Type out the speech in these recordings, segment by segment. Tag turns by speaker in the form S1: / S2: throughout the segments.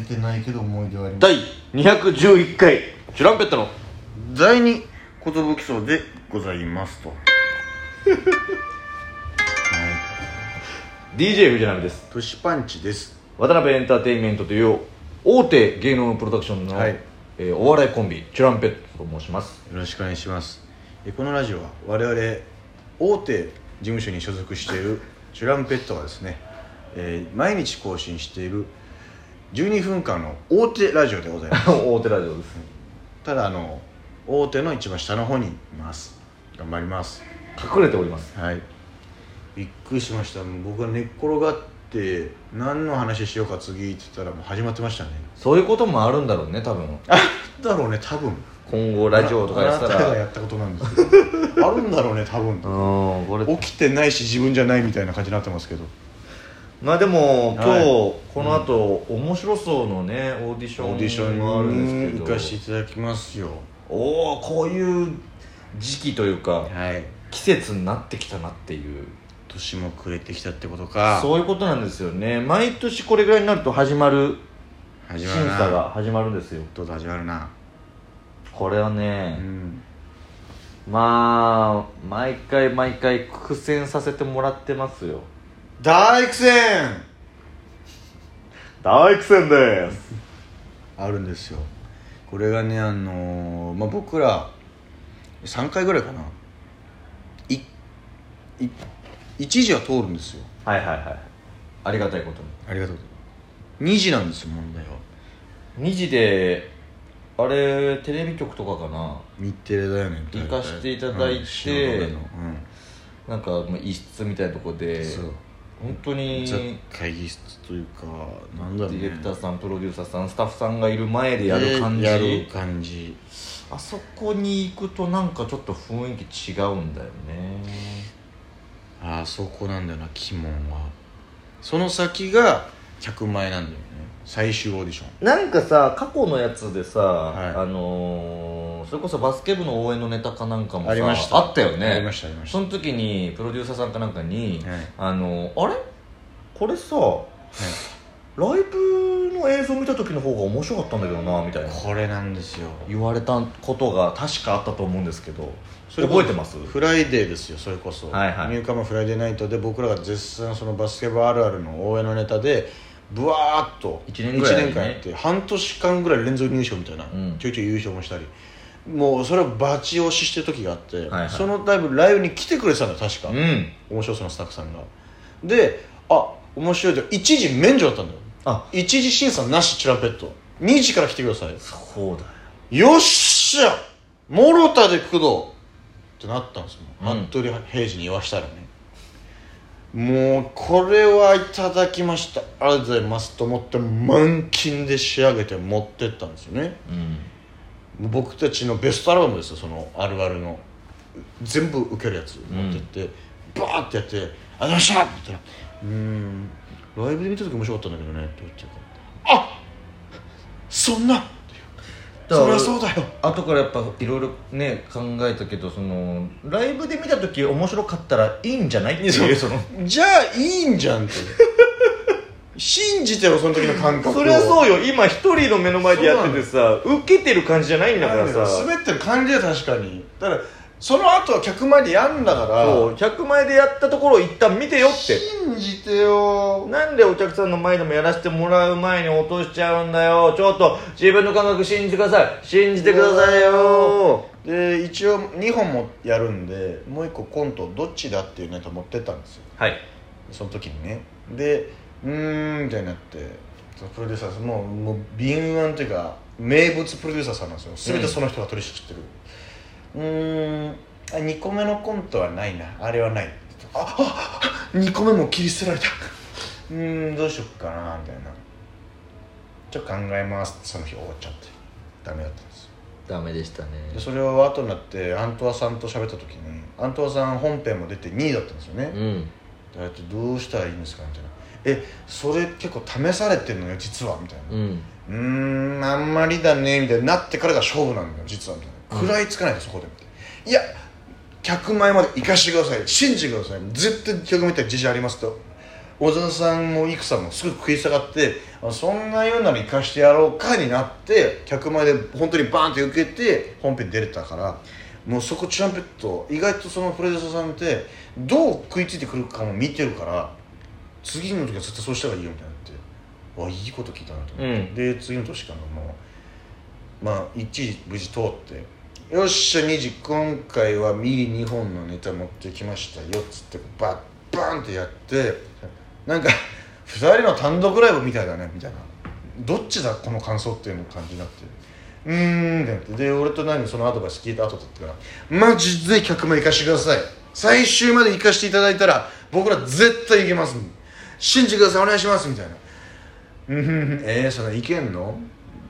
S1: てないけど思い出はあります
S2: 第211回チュランペットの
S1: 第二寿荘でございますとはい
S2: DJ 藤波です
S1: トシパンチです
S2: 渡辺エンターテインメントという大手芸能プロダクションの、
S1: はい
S2: えーお笑いコンビチュランペットと申します
S1: よろしくお願いしますえこのラジオは我々大手事務所に所属しているチュランペットがですね、えー毎日更新している12分間の大手ラジオでございます
S2: 大手ラジオです
S1: ただあの大手の一番下の方にいます頑張ります
S2: 隠れております
S1: はいびっくりしましたもう僕が寝っ転がって何の話しようか次って言ったらもう始まってましたね
S2: そういうこともあるんだろうね多分
S1: あだろうね多分
S2: 今後ラジオとかやってた
S1: あなた
S2: ら
S1: が
S2: うん
S1: やったことなんですけどあるんだろうね多分
S2: これ
S1: 起きてないし自分じゃないみたいな感じになってますけど
S2: まあでも今日、
S1: はい
S2: この後、面白そうのねオーディション
S1: オーディション
S2: もあるん
S1: に
S2: です
S1: 行
S2: けど
S1: かしていただきますよ
S2: おおこういう時期というか
S1: はい
S2: 季節になってきたなっていう
S1: 年も暮れてきたってことか
S2: そういうことなんですよね毎年これぐらいになると始まる
S1: 始
S2: 審
S1: まるな
S2: 査が始まるんですよ
S1: どうだ始まるな
S2: これは
S1: う
S2: ね、
S1: ん
S2: まあ毎回毎回苦戦させてもらってますよ
S1: 大苦戦
S2: 大苦戦です
S1: あるんですよこれがねあのーまあ、僕ら3回ぐらいかないい1時は通るんですよ
S2: はいはいはいありがたいこと
S1: ありがとう2時なんですよ問題は
S2: に2時であれテレビ局とかかな
S1: 日テレだよね
S2: 行かしていただいて
S1: うん汐留のうん
S2: なんかもう一室みたいなとこで
S1: そう
S2: 本当に
S1: じゃ
S2: デ
S1: 会議室というかなんだろう、ね、
S2: ィレクターさんプロデューサーさんスタッフさんがいる前でやる感じ、
S1: やる感じ
S2: あそこに行くとなんかちょっと雰囲気違うんだよね
S1: あそこなんだよな鬼門はその先が100万円なんだよね最終オーディション
S2: なんかさ過去のやつでさ、
S1: い
S2: あのーそれこそバスケ部の応援のネタかなんかもさ
S1: ありました
S2: あったよね
S1: ありましたありました
S2: その時にプロデューサーさんかなんかに、
S1: はい
S2: あのーあれこれさライブの映像見た時の方が面白かったんだけどなみたいな
S1: これなんですよ
S2: 言われたことが確かあったと思うんですけど
S1: それこそ
S2: 覚えてます
S1: フライデーですよそれこそ、
S2: はいはい
S1: ニューカムフライデーナイトで僕らが絶賛そのバスケ部あるあるの応援のネタでブワーっと
S2: 一年ぐらいね
S1: 一間やって半年間ぐらい連続入賞みたいな、
S2: ん
S1: ちょいちょい優勝もしたりもうそれをバチ押ししてる時があって、
S2: はい
S1: そのライブライブに来てくれてたんだよ確か、
S2: うん
S1: 面白そうなスタッフさんがであ面白いと一時免除だったんだよ
S2: あ
S1: 一時審査なしチュランペット2時から来てください
S2: そうだよ
S1: よっしゃもろたで工藤ってなったんですもん、
S2: うん
S1: 服部平次に言わしたらねもうこれはいただきましたありがとうございますと思って満金で仕上げて持ってったんですよね
S2: うん
S1: もう僕たちのベストアルバムですよそのあるあるの全部受けるやつ持ってって、バーってやって「ありがとうございました!」って言ったら「うーんライブで見た時面白かったんだけどね」って言ってあそんな!」って
S2: だ
S1: 言
S2: か
S1: う
S2: ら
S1: そりゃそうだよ
S2: 後からやっぱいろいろね考えたけどそのライブで見た時面白かったらいいんじゃないっていうその
S1: じゃあいいんじゃ んって信じてよその時の感覚を
S2: そりゃそうよ今一人の目の前でやっててさ受けてる感じじゃないんだからさ
S1: 滑ってる感じだよ確かにだからその後は客前でやんだから
S2: そう100枚でやったところを一旦見てよって
S1: 信じてよ
S2: なんでお客さんの前でもやらせてもらう前に落としちゃうんだよちょっと自分の感覚信じてください信じてくださいよ
S1: で一応2本もやるんでもう1個コントどっちだっていうネタ持ってったんですよ
S2: はい
S1: その時にねでうーんみたいになってそのプロデューサーさんもうもう敏腕というか名物プロデューサーさんなんですよ全てその人が取り仕切ってるうーんあ2個目のコントはないなあれはないああ2個目も切り捨てられたうーんどうしよっかなみたいなちょっと考えますってその日終わっちゃってダメだったんですよ
S2: ダメでしたね
S1: でそれを後になってアントワさんと喋った時にアントワさん本編も出て2位だったんですよね、
S2: うん
S1: だってどうしたらいいんですかみたいな「えそれ結構試されてるのよ実は」みたいな「
S2: うん
S1: うーんあんまりだね」みたいになってからが勝負なんだよ実はみたいな食らいつかないとそこでみたいな「いや客前まで行かしてください信じてください絶対客前行ったら自信あります」と小沢さんも育さんもすぐ食い下がってあそんなようなら行かしてやろうかになって客前で本当にバーンって受けて本編出れたからもうそこチュランペット意外とそのプロデューサーさんってどう食いついてくるかも見てるから次の時は絶対そうした方がいいよみたいになってわいいこと聞いたなと思って、
S2: うん
S1: で次の年からもうまあ1時無事通ってよっしゃ2時今回はミリ2本のネタ持ってきましたよっつってバッバーンってやってなんか2人の単独ライブみたいだねみたいなどっちだこの感想っていうの感じになってうーんってなってで俺と何そのアドバイス聞いた後だったからマジで客も行かしてください最終まで行かしていただいたら僕ら絶対行けます信じてくださいお願いしますみたいなうんうんうんえー、そのいけんの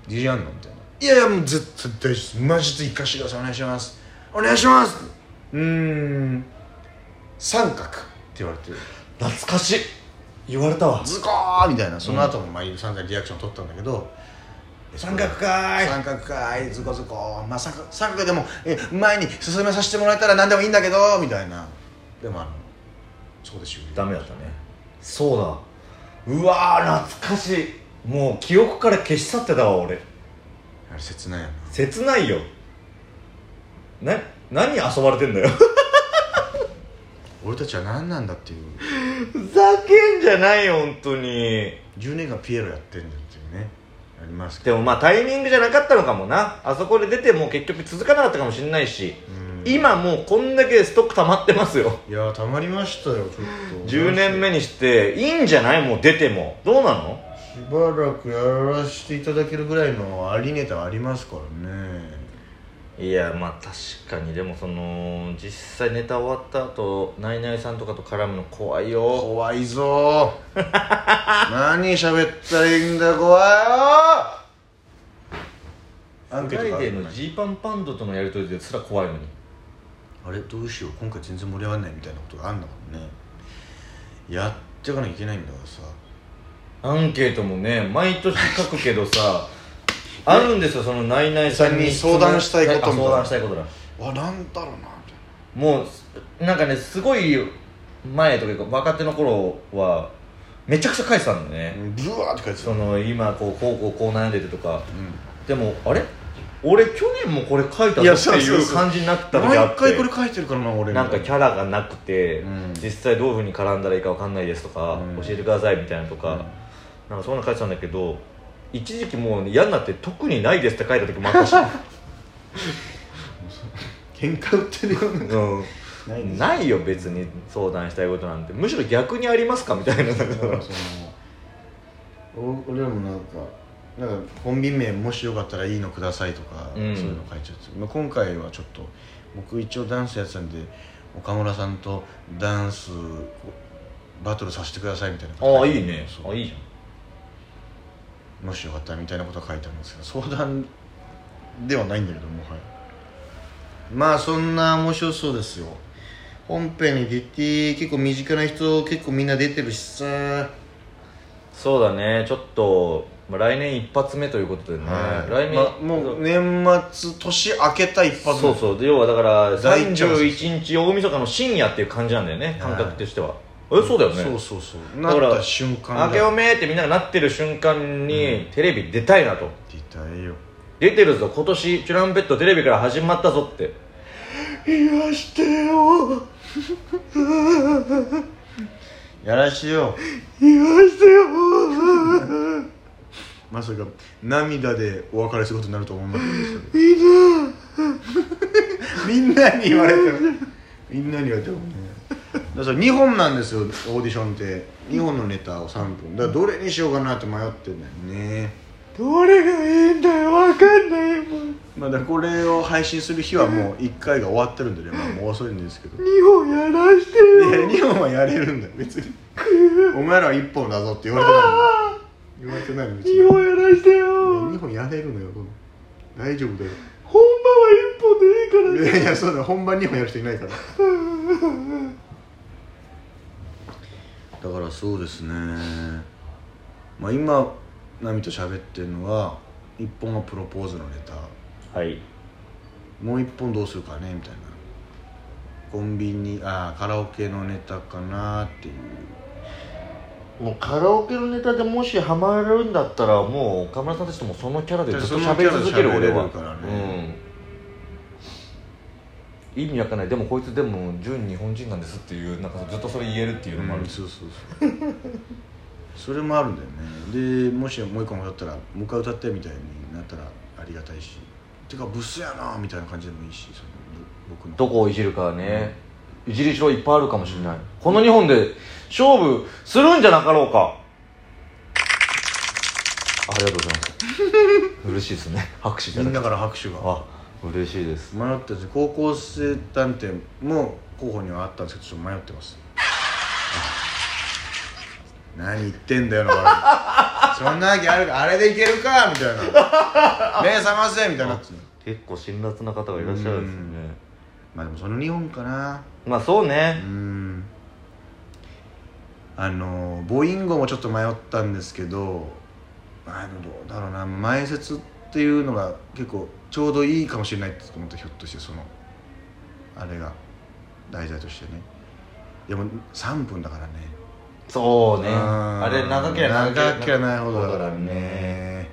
S1: 自信あんのみたいないやいやもう絶対大丈夫ですマジで行かしてくださいお願いしますお願いしますうーん三角って言われて
S2: 懐かしい言われたわ
S1: ズコーみたいなその後もまあ散々リアクション取ったんだけど
S2: 三角かーい
S1: 三角かーいズコズコまあ三角三角でもえ前に進めさせてもらえたら何でもいいんだけどみたいなでもあのそうでしょ
S2: ダメだったねそうだうわー懐かしいもう記憶から消し去ってたわ俺
S1: あれ切ないよな
S2: 切ないよな何遊ばれて んだよ
S1: 俺たちは何なんだっていう
S2: ふざけんじゃないよ本当に
S1: 10年間ピエロやってんだっていうねありますけ
S2: で
S1: ど
S2: もまあタイミングじゃなかったのかもなあそこで出てもう結局続かなかったかもしれないし
S1: うん
S2: 今もうこんだけストック溜まってますよ
S1: いやーたまりましたよちょっ と
S2: 10年目にしていいんじゃないもう出てもどうなの
S1: しばらくやらせていただけるぐらいのありネタありますからね
S2: いやまあ確かにでもその実際ネタ終わった後ナイナイさんとかと絡むの怖いよ
S1: 怖い ぞー何喋ったらいいんだ怖いよーアン
S2: フ
S1: ケ
S2: ラ
S1: ー
S2: イ
S1: トがあ
S2: デ
S1: る
S2: ーのジーパンパンドとのやり取りですら怖いのに
S1: あれどうしよう今回全然盛り上がらないみたいなことがあんだもんねやってかなきゃいけないんだからさ
S2: アンケートもね毎年書くけど さあるんですよそのナイナイさんに
S1: さんに相談したいことみたいな
S2: あ相談したいことだ
S1: あなんだろうなみたい
S2: もうなんかねすごい前というか若手の頃はめちゃくちゃ書いてたんだよね、
S1: なブワーって書いてた
S2: その今こうこうこうこう悩んでてとか
S1: うん
S2: でもあれ俺去年もこれ書いた
S1: い
S2: ぞ
S1: や
S2: って
S1: そうそう
S2: い
S1: そうう
S2: 感じになった時あ
S1: 毎
S2: っ
S1: 回これ
S2: て
S1: 書いてるからな俺
S2: なんかキャラがなくて、
S1: うん
S2: 実際どういうふうに絡んだらいいかわかんないですとか、
S1: うん
S2: 教えてくださいみたいなとか、なんかそんなの書いてたんだけど一時期もう嫌になって特にないですって書いた時もあったし、
S1: 喧嘩売ってるよ うなな
S2: うん、 ないよ別に相談したいことなんてむしろ逆にありますかみた いな
S1: だからそのお俺らもなんかなんかコンビ名もしよかったらいいのくださいとか、
S2: うん
S1: そういうの書いちゃって、まあ、今回はちょっと僕一応ダンスやってたんで岡村さんとダンスこうバトルさせてくださいみたいな
S2: ああいいね
S1: そう
S2: あいいじゃん
S1: もしよかったらみたいなことは書いてあるんですけど相談ではないんだけどもはいまあそんな面白そうですよ本編に出て結構身近な人結構みんな出てるしさ
S2: そうだねちょっと、まあ、来年一発目ということでね、来年、
S1: まあもう年末年明けた一発
S2: そうそうで要はだから
S1: 大チャンスです
S2: 31日大晦日の深夜っていう感じなんだよね感覚としては、えそうだよね
S1: そうそうそうな
S2: だから
S1: った瞬間
S2: 明けお
S1: め
S2: めってみんながなってる瞬間に、テレビ出たいなと
S1: 出たいよ
S2: 出てるぞ今年チュランペットテレビから始まったぞって
S1: 言わしてよやらしてよ言わしてよまさか涙でお別れすることになると思うんだけどみんなみんなに言われてるみんなに言われてるもんねだから2本なんですよオーディションって2本のネタを3分だからどれにしようかなって迷ってんだよね
S2: どれがいいんだよわかんないもん
S1: まあだからこれを配信する日はもう1回が終わってるんでね、まあ、もう遅いんですけど
S2: 本やらして
S1: いや2本はやれるんだよ別にお前らは1本だぞって言われてないの言われてないの別に
S2: 本やらしてよ
S1: 2本やれるのよこの大丈夫だよ
S2: 本番は一本でいいか
S1: いやいやそうだ本番2本やる人いないからだからそうですねまあ今ナミと喋ってるのは1本はプロポーズのネタ
S2: はい
S1: もう1本どうするかねみたいなコンビニあーカラオケのネタかなっていう
S2: もうカラオケのネタでもしハマるんだったらもう岡村さんたちともそのキャラでずっと喋り続ける
S1: そのキ
S2: 俺
S1: ャラで喋れる
S2: は、
S1: からね
S2: うん、意味わかんないでもこいつでも純日本人なんですっていうなんかずっとそれ言えるっていうのもあるし、
S1: そうそうそうそれもあるんだよねでもしもう一個もだったらもう一回歌ってみたいになったらありがたいしてかブスやなみたいな感じでもいいしそのぼ僕の
S2: どこをいじるかはね、いじりしろいっぱいあるかもしれない、この2本で勝負するんじゃなかろうかありがとうございます嬉しいですね拍手いた
S1: み
S2: だ
S1: ん
S2: けて
S1: なから拍手が
S2: あ嬉しいです
S1: 迷ったし高校生探偵も候補にはあったんですけどちょっと迷ってます何言ってんだ よな俺そんなわけあるかあれでいけるかみたいな目覚ませみたいになって
S2: 結構辛辣な方がいらっしゃるんですね
S1: まあでもその日本かな
S2: まあそうね
S1: う、んあの母音語もちょっと迷ったんですけどあのどうだろうな前説っていうのが結構ちょうどいいかもしれないと思ったひょっとしてそのあれが題材としてねでも3分だからね
S2: そうね
S1: うん
S2: あれ長ければ
S1: 長ければないほどだ
S2: だ
S1: か
S2: かららね
S1: ね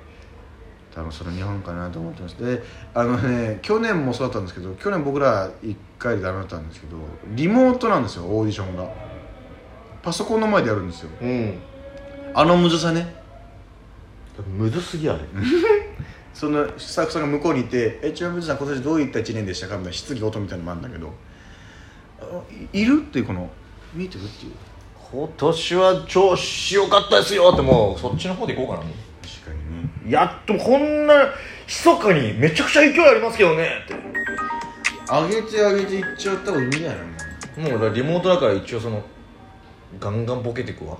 S1: 多分その日本かなと思ってますであのね去年もそうだったんですけど去年僕ら1回でダメだったんですけどリモートなんですよオーディションがパソコンの前でやるんですよ
S2: うん
S1: あのむずさね
S2: むずすぎあれ
S1: そのスタッフさんが向こうにいて「えちなみにさん今年どういった1年でしたか?」みたいな質疑応答みたいなのもあるんだけど「あいいる?」っていうこの「見えてる?」っていう
S2: 今年は調子良かったですよってもうそっちの方で行こうかなも
S1: 確かにね
S2: うやっとこんな密かにめちゃくちゃ勢いありますけどねっ
S1: 上げて上げていっちゃった方がいいんじゃ ないの
S2: てもう俺はリモートだから一応そのガンガンボケていくわ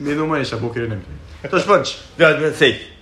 S1: 目の前にしたらボケれないみたいな「トシパンチ!」
S2: じゃあセーフ